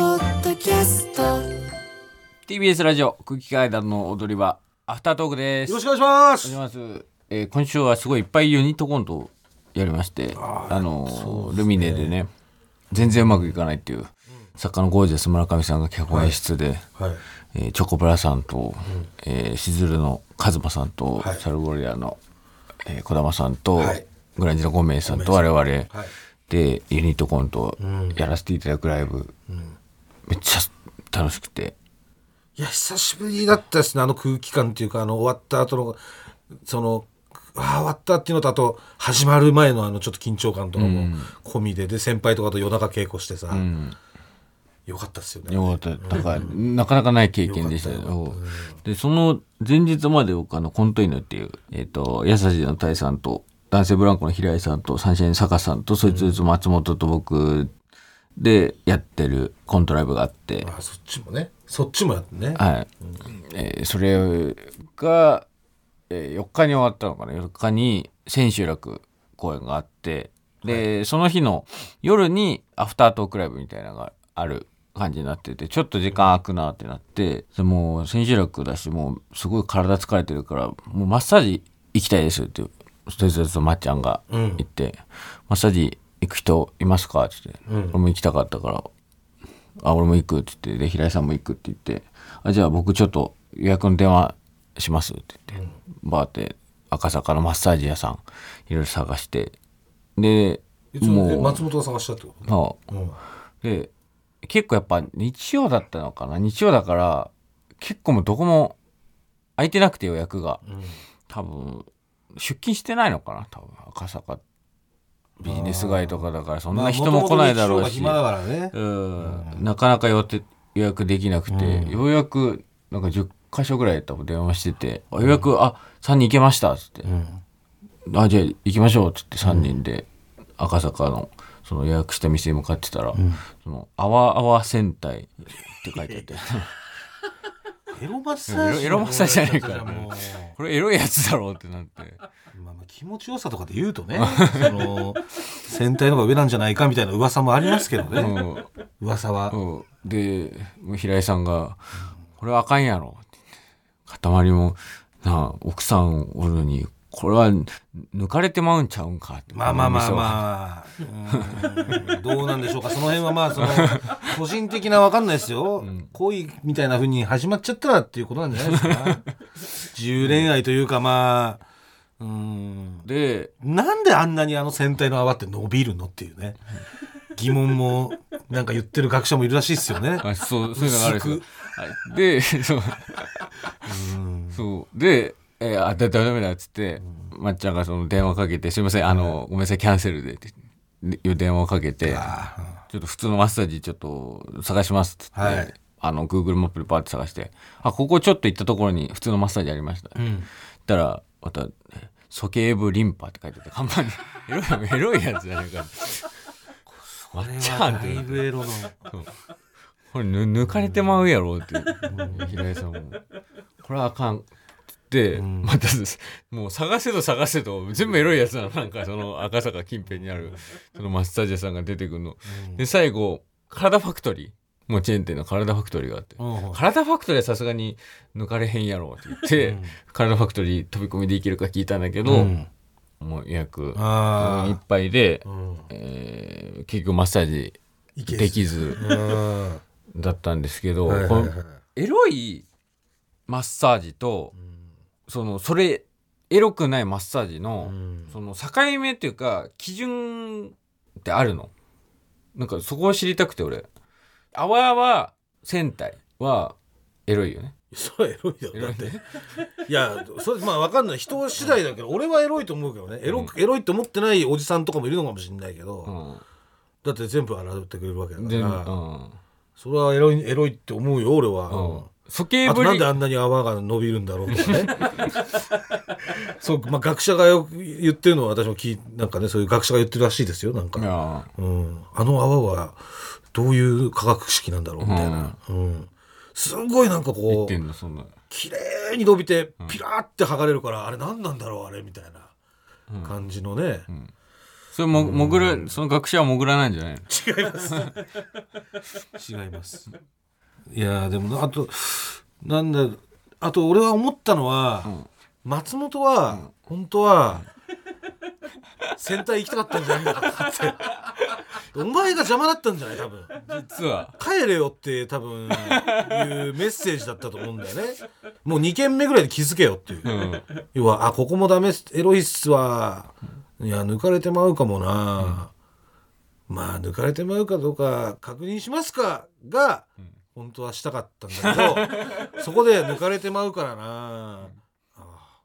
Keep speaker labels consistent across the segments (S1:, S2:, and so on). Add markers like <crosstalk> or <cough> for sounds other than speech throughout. S1: キャスト
S2: TBS ラジオ空気階段の踊り場アフタートークです
S3: よろしくお願いし
S2: お
S3: ま
S2: 願いします、えー今週はすごいいっぱいユニットコントをやりましてあのールミネでね全然うまくいかないっていう、作家のゴージャス村上さんが脚本演出で、
S3: す。はい。
S2: えーチョコプラさんと、えーしずるのカズマさんと、
S3: はい
S2: サルゴリラの、えー、小玉さんと、
S3: はい
S2: グランジのゴメイさんと我々、
S3: はい
S2: でユニットコントをやらせていただくライブ、めっちゃ楽しくて
S3: いや、久しぶりだったですね、あの空気感っていうか、あの、終わった後の、その、ああ、終わったっていうのと、あと、始まる前の、あの、ちょっと緊張感とかも込みで、で、先輩とかと夜中稽古してさ、よかったですよね。
S2: よかった。だから、なかなかない経験でしたけど。で、その前日まで僕、あの、コントイヌっていう、えっ、と、優しいのタイさんと、男性ブランコの平井さんと、サンシャイン坂さんと、そいつ松本と僕でやってるコントライブがあって、
S3: ああ、そっちもね、そっちもやってね。
S2: はい。えーそれが、え4日に終わったのかな ?4 日に千秋楽公演があって、で、その日の夜にアフタートークライブみたいなのがある感じになってて、ちょっと時間空くなってなって、でもう千秋楽だし、もうすごい体疲れてるから、もうマッサージ行きたいですって、そいつとまっちゃんが言って、マッサージ行く人いますかって言って、俺も行きたかったから、あ、俺も行くって言って、で、平井さんも行くって言って、あ、じゃあ僕ちょっと予約の電話しますって言って、バーって赤坂のマッサージ屋さん、いろいろ探して、で、
S3: いつもね
S2: もう、
S3: 松本が探したってこ
S2: そ
S3: と。うん。
S2: うで、結構やっぱ日曜だったのかな日曜だから、結構もうどこも空いてなくて予約が。多分、出勤してないのかな多分、赤坂。ビジネス街とかだから、そんな人も来ないだろうし。
S3: まあ元々日曜が暇だからね。
S2: うんなかなか予定予約できなくて、ようやくなんか10箇所ぐらい多分電話してて「あようやく、あ3人行けました」っつって、あ「じゃあ行きましょう」っつって3人で赤坂のその予約した店に向かってたら「そのあわあわ戦隊」って書いてあ <laughs> って
S3: エロマッサージ。
S2: エロマッサージじゃないから
S3: もう
S2: これエロいやつだろうってな <laughs> って
S3: まあまあ気持ちよさとかで言うとね、 <laughs> その、戦隊の方が上なんじゃないかみたいな噂もありますけどね。
S2: うん
S3: 噂は、
S2: うん、でもう平井さんが「これはあかんやろ」って言って塊も「なあ奥さんおるのにこれは抜かれてまうんちゃうんか」って
S3: まあまあまあ
S2: あ
S3: まあうんどうなんでしょうかその辺はまあその個人的なわかんないですよ、恋みたいな風に始まっちゃったらっていうことなんじゃないですか自由恋愛というかまあうん
S2: で
S3: なんであんなにあの戦隊の泡って伸びるのっていうね疑問もなんか言ってる学者もいるらしいですよね
S2: あそうそういうのがあるんですよ
S3: 薄
S2: はいでそうそうで「えーあだだめだ」っつって、まっちゃんがその電話かけて「すいませんあの、ごめんなさいキャンセルで」ってでいう電話をかけて
S3: あ
S2: ちょっと普通のマッサージちょっと探しますっつって、
S3: はい
S2: あの Google マップでパーって探してあここちょっと行ったところに普通のマッサージありました、
S3: う
S2: だ
S3: ん
S2: ったらまた「鼠径部リンパ」って書いてあって看板に <laughs> エロいエロいやつじゃねえか
S3: これ
S2: ちゃ
S3: は
S2: んって
S3: だいぶエロの
S2: これぬ抜かれてまうやろって平井さんもこれはあかんっつって、またもう探せど探せど全部エロいやつなのなんかその赤坂近辺にあるそのマッサージ屋さんが出てくるの、で最後体ファクトリーもうチェーン店の体ファクトリーがあって、
S3: うん
S2: 体ファクトリーはさすがに抜かれへんやろって言って、体ファクトリー飛び込みでいけるか聞いたんだけど、
S3: うん
S2: もう予約
S3: あー
S2: いっぱいで、
S3: うん
S2: えー結局マッサージ
S3: いけず
S2: できず
S3: うん
S2: だったんですけど、
S3: はいはい
S2: こ
S3: はい
S2: のエロいマッサージと、そのそれエロくないマッサージの、
S3: うん
S2: その境目っていうか基準ってあるのなんかそこを知りたくて俺あわあわ戦隊はエロいよね
S3: それエロいよだっていやそれまあわかんない人次第だけど俺はエロいと思うけどねエロ,、エロいと思ってないおじさんとかもいるのかもしれないけど、
S2: うん
S3: だって全部洗ってくれるわけだか
S2: でう
S3: ら、
S2: ん
S3: それはエロいエロいって思うよ俺は、
S2: うん素形
S3: あと
S2: ぶ
S3: なん
S2: り
S3: であんなに泡が伸びるんだろうとかね <laughs> そう、まあ、学者がよく言ってるのは私も聞いなんかねそういう学者が言ってるらしいですよなんか、
S2: あ
S3: うん、あの泡はどういう化学式なんだろうみたいな、うんすごいなんかこ
S2: 言っ
S3: う
S2: てんのそんな
S3: 綺麗に伸びてピラーって剥がれるから、あれ何なんだろうあれみたいな感じのね、
S2: それも潜るその学者は潜らないんじゃないの
S3: 違います違いますいやーでもなあとなんだあと俺は思ったのは、松本は、本当は戦隊行きたかったんじゃないのかなってお前が邪魔だったんじゃない多分
S2: 実は
S3: 帰れよって多分いうメッセージだったと思うんだよねもう2軒目ぐらいで気づけよっていう、 <laughs> 要はあここもダメっすエロいっすわいや抜かれてまうかもな、まあ抜かれてまうかどうか確認しますかが、本当はしたかったんだけ <laughs> どそこで抜かれてまうからな、ああ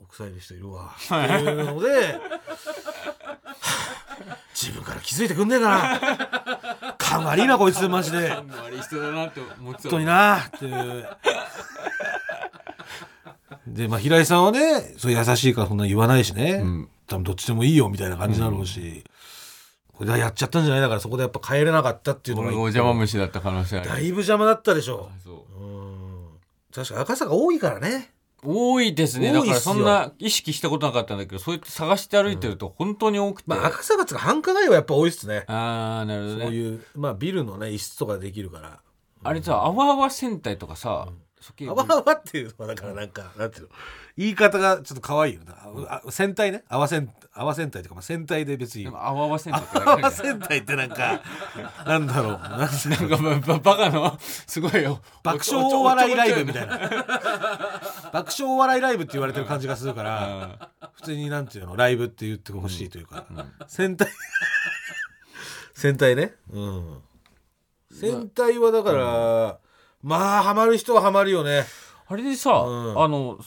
S3: 奥さんいる人いるわっていうのではあ自分から気づいてくんねえか <laughs> な勘悪いなこいつマジで本
S2: 悪い人だなって思って
S3: 当になっ
S2: <laughs>
S3: ていう。でまあ、平井さんはねそう優しいからそんな言わないしね、
S2: ん
S3: 多分どっちでもいいよみたいな感じだろうし、これはやっちゃったんじゃないだからそこでやっぱ帰れなかったっていうの
S2: 俺
S3: が
S2: がお邪魔虫だった可能性ある
S3: だいぶ邪魔だったでしょ
S2: そう
S3: う。ん。確かに赤坂多いからね。
S2: 多いですね
S3: 多いっ
S2: だ
S3: す
S2: か
S3: よ
S2: らそんな意識したことなかったんだけどそうやって探して歩いてると本当に多くて、
S3: まあ赤坂っつうか繁華街はやっぱ多いっすね。
S2: ああなるほ
S3: こ
S2: ど
S3: う
S2: ね
S3: いうまあビルのね一室とかできるから。
S2: あれさあわあわ戦隊とかさ、そっけ
S3: あわあわっていうのはだからなんかなんていうの言い方がちょっと可愛いよな。ああ戦隊ね。あわせんあわ戦隊とかまあ戦隊で別に
S2: で。もあわあわ戦隊って
S3: あ
S2: なんか
S3: わ戦隊ってなんかなんだろう。なんだろう
S2: なんかばバカのすごいよ
S3: 爆笑お笑いライブみたいな爆笑お笑いライブって言われてる感じがするから、普通になんていうのライブって言ってほしいというか、戦隊戦隊ねうん戦隊はだから、まあハマる人はハマるよね
S2: あれでさ、
S3: うん
S2: あの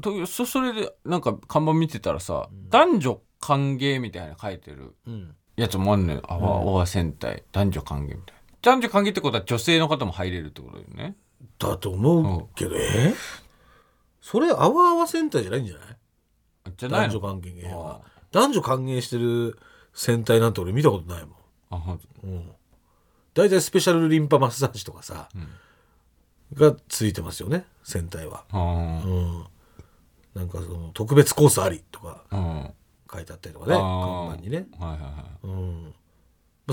S2: とそそれでなんか看板見てたらさ、男女歓迎みたいなの書いてる
S3: うん
S2: やつもあんのよあわあわ戦隊男女歓迎みたいな男女歓迎ってことは女性の方も入れるってことだよね
S3: だと思うけど、えそれあわあわ戦隊じゃないんじゃない
S2: じゃない
S3: 男
S2: の
S3: 女歓迎は男女歓迎してる戦隊なんて俺見たことないもん
S2: あほんと
S3: 大体スペシャルリンパマッサージとかさ、がついてますよね戦隊は、
S2: あ
S3: うん、なんかその特別コースありとか
S2: ーうん
S3: 書いてあったりとかね
S2: あー
S3: 看板にね、
S2: はいはいは
S3: うん、ま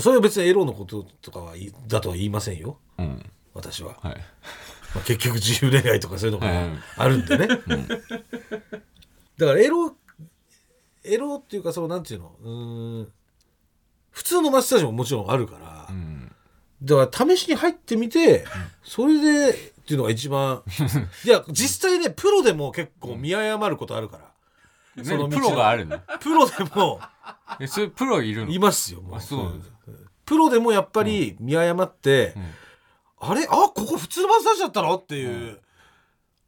S3: あそれは別にエロのこととかはいいだとは言いませんよ
S2: いうん
S3: 私は、
S2: はい
S3: まあ、結局自由恋愛とかそういうの
S2: は
S3: が
S2: いはい
S3: あるんでね、だからエロエロっていうかそのなんていうのうーん普通のマッサージももちろんあるから、
S2: うん
S3: だから試しに入ってみて、それでっていうのが
S2: <laughs>
S3: 一番いや実際ねプロでも結構見誤ることあるから、その道
S2: 何プロがある
S3: <laughs>
S2: の
S3: プロでも
S2: えそれプロいるの
S3: いますよも
S2: あそうなんだ
S3: プロでもやっぱり見誤って、
S2: ん
S3: あれあここ普通のマッサージだったのっていう、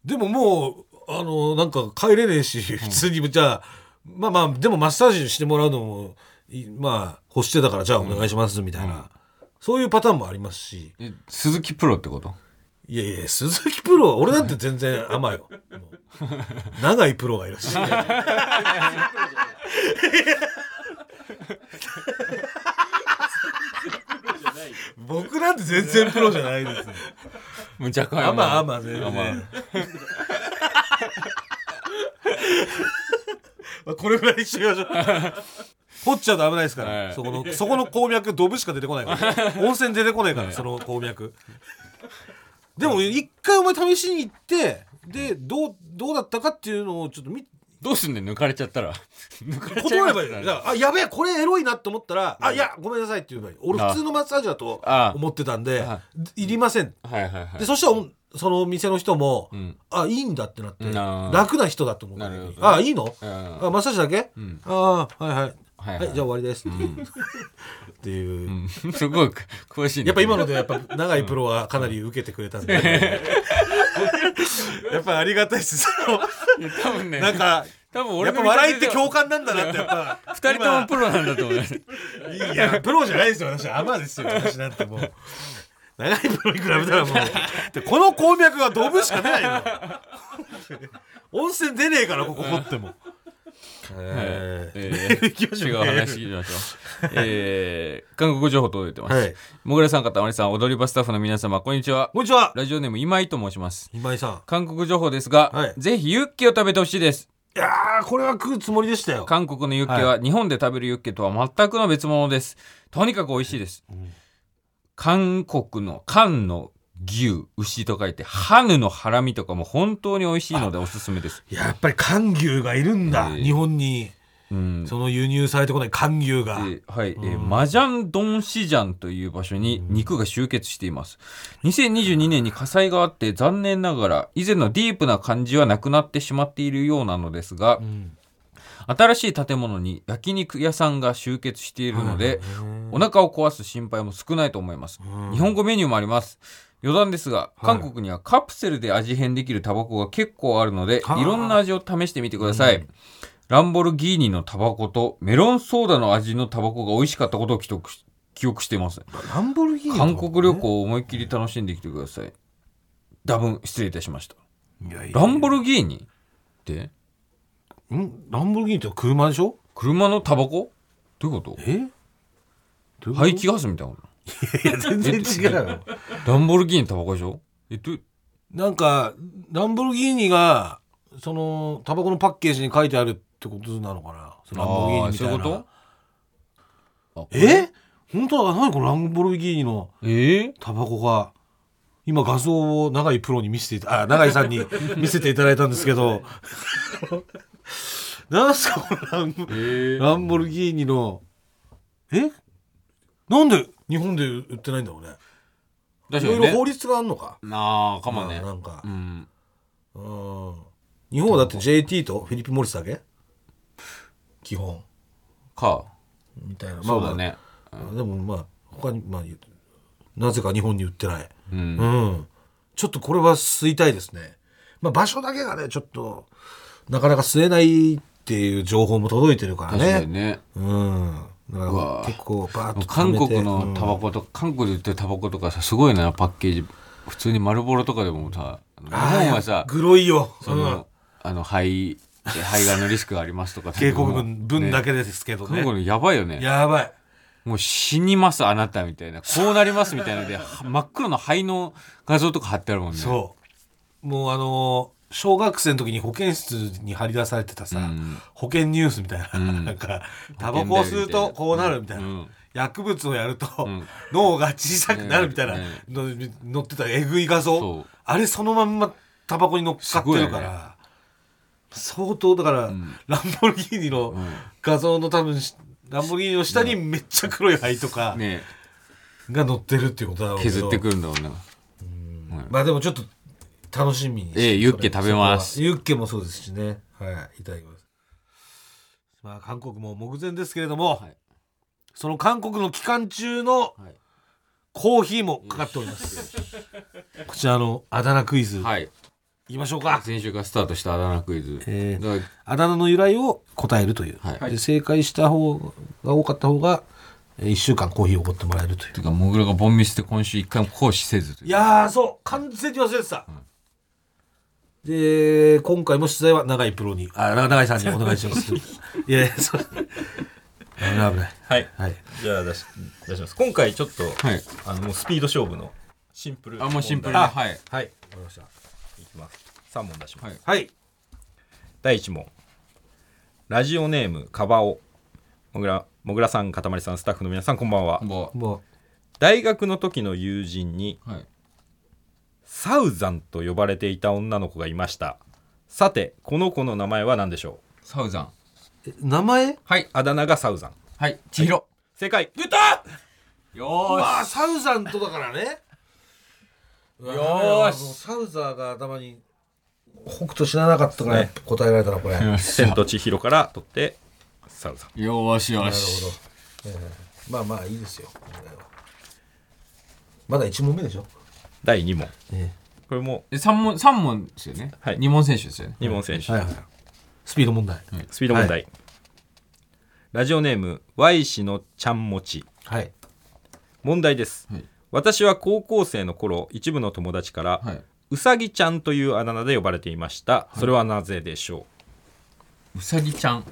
S3: でももうあのなんか帰れねえし普通に、じゃあまあまあでもマッサージしてもらうのもいまあ欲してたからじゃあお願いしますみたいな、そういうパターンもありますし。
S2: え鈴木プロってこと
S3: いやいや、鈴木プロは、俺だって全然甘いよ。もう長井プロがいるし。僕なんて全然プロじゃないです。
S2: むちゃくちゃ
S3: あまあまあ全然。まあこれぐらいにしときましょう。掘っちゃうと危ないですから、
S2: はい
S3: そこのそこの鉱脈ドブしか出てこないから温泉出てこないから、その鉱脈でも一回お前試しに行ってでどうどうだったかっていうのをちょっと見
S2: どうすんねん抜かれちゃった
S3: <laughs>
S2: ら <laughs> 抜かれちゃい
S3: 断
S2: ま
S3: れ
S2: す
S3: ばいいよだからあやべえこれエロいなって思ったら「あいやごめんなさい」って言えばいい俺
S2: あ
S3: 普通のマッサージだと
S2: あ
S3: 思ってたんで
S2: あ
S3: 「いりません」
S2: はいはいはい
S3: でそしたらおそのお店の人も、
S2: ん
S3: あいいんだってなって
S2: なあ
S3: 楽な人だと思った
S2: なるほど
S3: あいいの、
S2: うん
S3: あマッサージだけ、ああはいはい
S2: はい
S3: はい、じゃあ終わりです、っていう、
S2: うん <laughs> すごい詳しいね
S3: やっぱ今のでやっぱ長いプロはかなり受けてくれたんで、やっぱありがたいですその
S2: いや多分ね
S3: なんか
S2: 多分
S3: や
S2: <laughs> 俺
S3: っ
S2: の見
S3: ぱ
S2: 立て
S3: 笑いっ
S2: で
S3: て
S2: は
S3: 共感なんだなってやっぱ
S2: 二人ともプロなんだ
S3: <laughs>
S2: と思います。
S3: いや、プロじゃないですよ、私。アマですよ、私なんてもう。長いプロに比べたらもう。でこの鉱脈がドブしか出ないの。温泉出ねえから、ここ掘っても。えー
S2: えー
S3: 行きましょう
S2: 違う話聞きましょう。えー、韓国情報届いてます。
S3: はい
S2: もぐらさん、かたまりさん、踊り場スタッフの皆様、こんにちは
S3: こ。んにちは。
S2: ラジオネーム今井と申します。
S3: 今井さん。
S2: 韓国情報ですが、
S3: はい
S2: ぜひユッケを食べてほしいです。
S3: いやー、これは食うつもりでしたよ。
S2: 韓国のユッケは日本で食べるユッケとは全くの別物です。とにかく美味しいです。韓国の、韓の牛牛と書いてハヌのハラミとかも本当に美味しいのでおすすめです
S3: やっぱり韓牛がいるんだ、
S2: ええ
S3: 日本に
S2: うん
S3: その輸入されてこない韓牛が、
S2: えーはい、えーマジャンドンシジャンという場所に肉が集結しています2022年に火災があって残念ながら以前のディープな感じはなくなってしまっているようなのですが
S3: うん
S2: 新しい建物に焼肉屋さんが集結しているのでお腹を壊す心配も少ないと思います
S3: うん
S2: 日本語メニューもあります余談ですが
S3: はい
S2: 韓国にはカプセルで味変できるタバコが結構あるので
S3: はあ
S2: いろんな味を試してみてください、ランボルギーニのタバコとメロンソーダの味のタバコが美味しかったことを記録し記憶しています
S3: ランボルギーニとかね
S2: 韓国旅行を思いっきり楽しんできてください多分失礼いたしました
S3: いやいや
S2: ランボルギーニって
S3: んランボルギーニって車でしょ
S2: 車のタバコどういうこと
S3: えどうい
S2: 排
S3: うこ
S2: 気ガスみたいなこと
S3: といや <laughs> 全然違うよ
S2: ランボルギーニのタバコでしょえど
S3: なんかランボルギーニがそのタバコのパッケージに書いてあるってことなのかなそのランボルギーニみた
S2: あーそう
S3: いな
S2: いうことあこれ
S3: え本当だ何このランボルギーニの
S2: えー
S3: タバコが今画像を永井プロに見せていたあ永井さんに
S2: <laughs>
S3: 見せていただいたんですけどなんすかこのランボ
S2: えー
S3: ランボルギーニのえなんで日本で売ってないんだろうねい
S2: 確か
S3: ろ
S2: に
S3: い
S2: ね
S3: ろ法律があるのか
S2: なあかもね
S3: まあなんか
S2: うん
S3: うん日本はだって JT とフィリップ・モリスだけ基本
S2: か
S3: みたいなまあ
S2: そうだね
S3: まあでもまあ他にまあなぜか日本に売ってない
S2: うん
S3: うん。ちょっとこれは吸いたいですね。まあ場所だけがね、ちょっと、なかなか吸えないっていう情報も届いてるから
S2: 確かに
S3: ね。
S2: ね
S3: うん。だか
S2: うわ
S3: ら結構バーッと溜
S2: 韓
S3: めて
S2: 国のタバコとか韓国で売ってるタバコとかさすごいなパッケージ普通に丸ボロとかでもさ日
S3: うんああ
S2: 本はさ
S3: グロいよ。
S2: そのあの肺肺がんのリスクがありますとか
S3: 警告文、文だ
S2: け
S3: けですけど
S2: 韓
S3: ね。
S2: 国のやばいよね
S3: やばい。
S2: もう死にますあなたみたいなこうなりますみたいなの
S3: <laughs>
S2: では真っ黒の肺の画像とか貼ってあるもんね
S3: そう。もうあのー小学生の時に保健室に張り出されてたさ、
S2: うん
S3: 保健ニュースみたいな、なんか、タバコを吸うとこうなるみたいな、
S2: うん
S3: 薬物をやると、
S2: ん
S3: 脳が小さくなるみたいな、
S2: ね
S3: の載ってたえぐい画
S2: そ
S3: 像
S2: う、
S3: あれそのまんまタバコに乗っかってる
S2: すご
S3: か
S2: いよ
S3: ら、相当だから、ランボルギーニの画像の多分し、ランボルギーニの下にめっちゃ黒い灰とか
S2: ね
S3: が載ってるっていうことだろうけど
S2: 削ってくるんだもんな
S3: まあでもちょっと楽しみにして
S2: ええユッケ食べます
S3: それはユッケもそうですしね。はい、いただきます。まあ韓国も目前ですけれども、
S2: はい
S3: その韓国の期間中の
S2: はい
S3: コーヒーもかかってお
S2: <laughs>
S3: ります。こちらのあだ名クイズ、い、
S2: はい
S3: きましょうか。
S2: 先週からスタートしたあだ名クイズ、
S3: えー
S2: だか
S3: あだ名の由来を答えるという。
S2: はい
S3: で正解した方が多かった方が、え1週間コーヒーをおごってもらえるという。
S2: らてかモグラがボンミスって今週一回も行使せずという
S3: いやーそう完全に忘れてた、で今回も取材は永井プロにあ永井さんにお願いしますいやいやそう危ない危ない
S1: はい。
S3: はい
S1: じゃあ出し、出します。今回ちょっと、
S2: はい
S1: あの、もうスピード勝負のシンプル。
S2: あもうシンプルに
S1: あ
S2: はい
S1: はい。わかりました。いきます。3問出します。
S2: はい
S3: はい
S1: 第1問。ラジオネーム、カバオ。もぐら、もぐらさん、かたまりさん、スタッフの皆さん、こんばんは
S2: こん。ばんは
S3: も
S1: 大学の時の友人に、
S2: はい
S1: サウザンと呼ばれていた女の子がいました。さて、この子の名前は何でしょう
S2: サウザン
S3: うえ名前
S1: はい。あだ名がサウザン。
S2: はい千尋
S1: 正解。
S3: 出た
S2: よ
S3: まあサウザンとだからねよ
S2: ーし
S3: サウザーが頭に北斗知らなかったから
S1: ね
S3: 答えられたなこれ、なる
S2: よし
S1: 千と千尋から取って、サウザン。
S2: よし
S3: ほ
S2: よ
S3: ど
S2: し、
S3: ええまあまあいいですよこれはまだ1問目でしょ、
S1: 第2問。
S3: え
S1: これも、
S2: え三問三問ですよね、
S1: はい
S2: 二問選手ですよね
S1: 2問選手。
S3: えはいはいスピード問題、
S1: スピード問題、ラジオネーム Y 氏のちゃんもち
S3: はい
S1: 問題です、
S2: はい
S1: 私は高校生の頃一部の友達から、
S2: はいう
S1: さぎちゃんというあだ名で呼ばれていました、それはなぜでしょ
S2: うさぎちゃん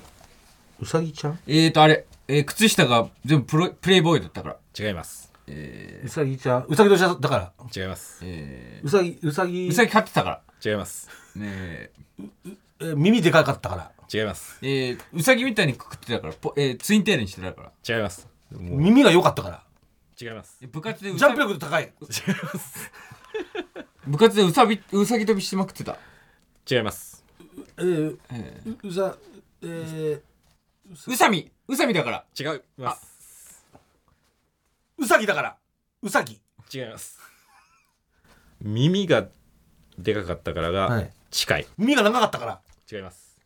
S3: うさぎちゃん
S2: えーとあれ、えー靴下が全部プロプレイボーイだったから
S1: う違います
S3: うさぎちゃんうさぎ年だだから
S1: 違います
S2: え
S3: うさぎうさぎ
S2: ー、うさぎ飼ってたか
S1: 違います
S2: らね
S3: えー耳でかかったから
S1: 違います
S2: ええーうさぎみたいにくくってたからポ、えーツインテールにしてたから
S1: 違いますもう
S3: 耳が良かったから
S1: 違います
S2: え部活でう
S3: ジャ
S2: さ
S3: ンプ力高い。
S2: 部活でうさびうさぎ飛びしてまくってた
S1: 違います
S3: えー、
S2: え
S3: ううざ、えー、
S2: うさみうさみだから
S1: 違います
S3: うさぎだから。うさぎ。
S1: 違います耳がでかかったから
S3: は
S1: が
S3: い
S1: 近い、
S3: 耳が長かったから。
S1: 違います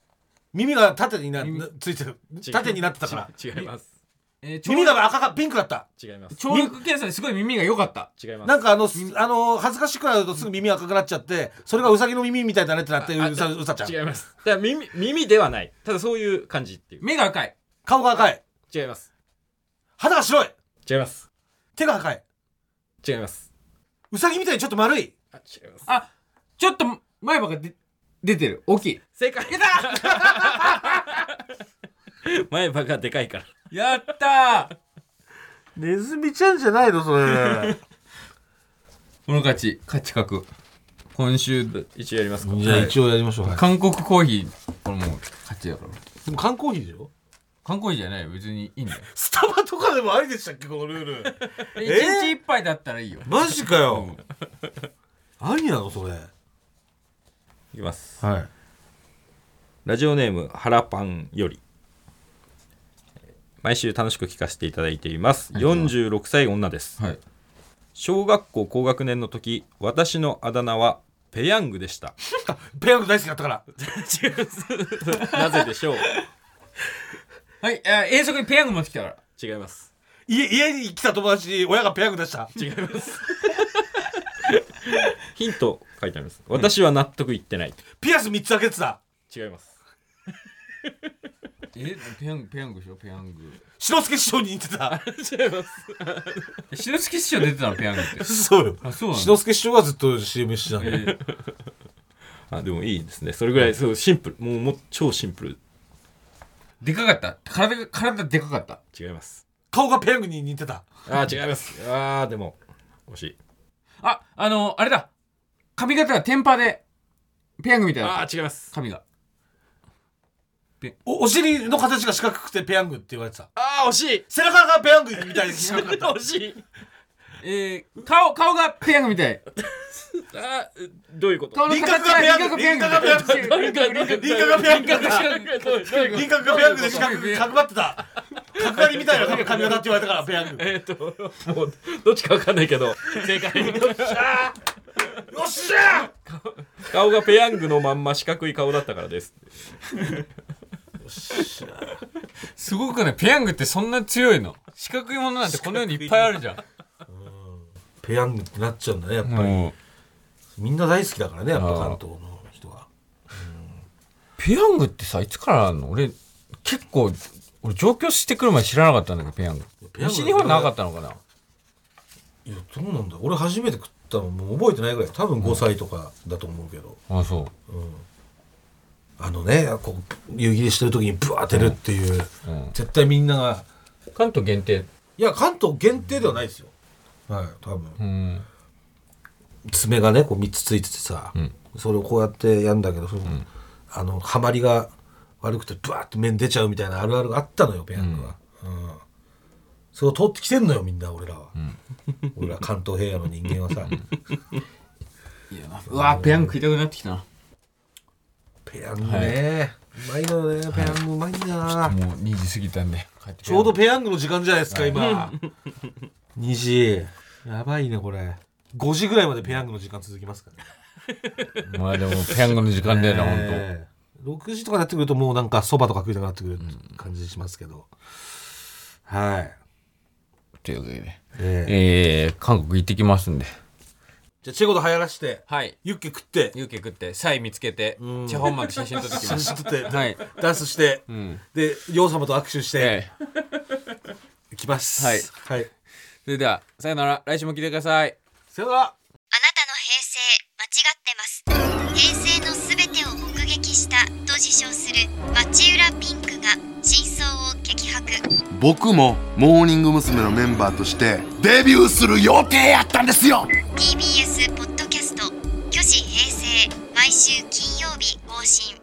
S3: 耳が縦にな
S2: 耳
S3: なついてる
S1: 違。う
S3: 縦になってたから。
S1: 違う違います
S2: えー聴
S3: 耳
S2: 力
S3: が赤かピンクだった。
S1: 違います
S2: 聴力検査ですごい耳が良かった
S1: 違います
S3: なんかあの、すあの、恥ずかしくなるとすぐ耳赤くなっちゃって、それがうさぎの耳みたいだねってなって、
S1: あ
S3: うさ、うさちゃん。
S1: 違いますだから耳耳ではないただそういう感じっていう
S2: 目が赤い
S3: 顔が赤い。
S1: 違います
S3: 肌が白い。
S1: 違います
S3: 手が赤い。
S1: 違います
S3: うさぎみたいにちょっと丸い。
S1: あ違います
S2: あちょっと前歯がで出てる大きい
S1: 正解 <laughs> 前歯がでかいから
S2: やったー
S3: ネズミちゃん <laughs> じゃないのそれ。
S2: この勝ち勝ち確今週で
S1: 一応やりますか
S3: じゃあ一応やりましょう。
S2: 韓国コーヒーこれもう勝ちだから
S3: でも缶コーヒーでしょ
S2: 缶コーヒーじゃないよ別にいいんだよ
S3: スタバとかでもありでしたっけこのルール。
S2: 一日一杯だったらいいよ
S3: <laughs> マジかよ。ありなのそれ。
S1: いきます
S3: はい。
S1: ラジオネームはらパンより毎週楽しく聞かせていただいています46歳女です
S2: はい
S1: 小学校高学年の時私のあだ名はペヤングでした
S3: <laughs> ペヤング大好きだったから。
S1: <laughs> なぜでしょう
S2: はいあー遠足にペヤング持ってきたから
S1: 違います
S3: 家、家に来た友達に親がペヤング出した。
S1: 違いますヒント書いてあります私は納得いってない
S3: ピアス3つ開けてた。
S1: 違います
S2: えペヤングペヤングでしょペヤング
S3: 志の輔師匠に似てた。
S1: 違います
S2: しのすけ師匠出てたのペヤングって
S3: そうよ。
S2: あそうな
S3: 志
S2: の
S3: の輔師匠はずっと CM してたん
S2: え
S3: で。
S2: ー
S1: あでもいいですねそれぐらいそうシンプルもうもう超シンプル
S2: でかかった体が体でかかった
S1: 違います
S3: 顔がペヤングに似てた。
S1: あー違いますあーでも惜しい
S2: ああのあれだ髪型がテンパでペヤングみたいだ
S1: あ
S2: った
S1: ー違います
S2: 髪が
S3: お、お尻の形が四角くてペヤングって言われてた。
S1: あー惜しい
S3: 背中がペヤングみたいに四 <laughs> 角かった。
S1: 惜しい
S2: えー、顔顔がペヤングみたい
S1: あーどういうこと
S2: 顔の
S3: 輪郭
S2: 形
S3: が
S2: が
S3: ペヤング
S2: 輪郭がペヤング
S1: 輪郭がペヤング
S3: 輪郭がペヤングだった。
S2: 輪
S3: 輪郭がペヤングで四角く角張ってた。角張りみたいな髪型って言われたからペヤング。
S1: えっともうどっちかわかんないけど正解
S3: よっしゃ
S1: 顔がペヤングのまんま四角い顔だったからです
S2: すごくねペヤングってそんな強いの四角いものなんてこの世にいっぱいあるじゃん
S3: ペヤングってなっちゃうんだね、やっぱり。
S2: もう
S3: みんな大好きだからね、やっぱ関東の人は。
S2: ペヤングってさいつからあんの俺結構俺上京してくる前知らなかったんだけどペヤング
S3: ペヤング
S2: 西日本なかったのかない
S3: や、どうなんだ俺初めて食ったのもう覚えてないぐらい。多分5歳とかだと思うけど。
S2: あそう
S3: あのね、こう、湯切りしてる時にブワー当てるっていう。
S2: うん
S3: 絶対みんなが。
S2: 関東限定
S3: いや、関東限定ではないですよ。はい、多分。
S2: うん
S3: 爪がねこう3つついててさ、それをこうやってやるんだけどその、あのはまりが悪くてブワーって面出ちゃうみたいなあるあるがあったのよペヤングは、うんそれを通ってきてんのよみんな俺らは、 <laughs> 俺ら関東平野の人間はさ
S2: うわペヤング食いたくなってきたな
S3: ペヤングね、うまいのよねペヤングうまいんだよな、
S2: もう2時過ぎたんで帰って
S3: ちょうどペヤングの時間じゃないですか <laughs> 今2時やばいねこれ5時ぐらいまでペヤングの時間続きますからね
S2: まあでもペヤングの時間だよな本
S3: えー6時とかになってくるともうなんかそばとか食いたくなってくる感じしますけど、はい、
S2: 当というわけで
S3: え
S2: え
S3: ー
S2: ー、韓国行ってきますんで
S3: じゃあチェコで流行らして
S2: はい
S3: ユッケ食って
S2: ユーケ食ってサイ見つけてチェホンマンと写真撮ってき
S3: 写
S2: ま
S3: 真
S2: す
S3: 撮って、
S2: はい
S3: ダンスして、
S2: ん
S3: でヨウ様と握手して
S2: <laughs> えー
S3: きます、
S2: はい
S3: はい、
S2: それではさよなら来週も聞いてください
S3: さよなら
S4: あなたの平成間違ってます平成のすべてを目撃したと自称する町浦ピンクが真相を激白
S5: 僕もモーニング娘。のメンバーとしてデビューする予定やったんですよ
S4: TBS ポッドキャスト「巨子平成」毎週金曜日更新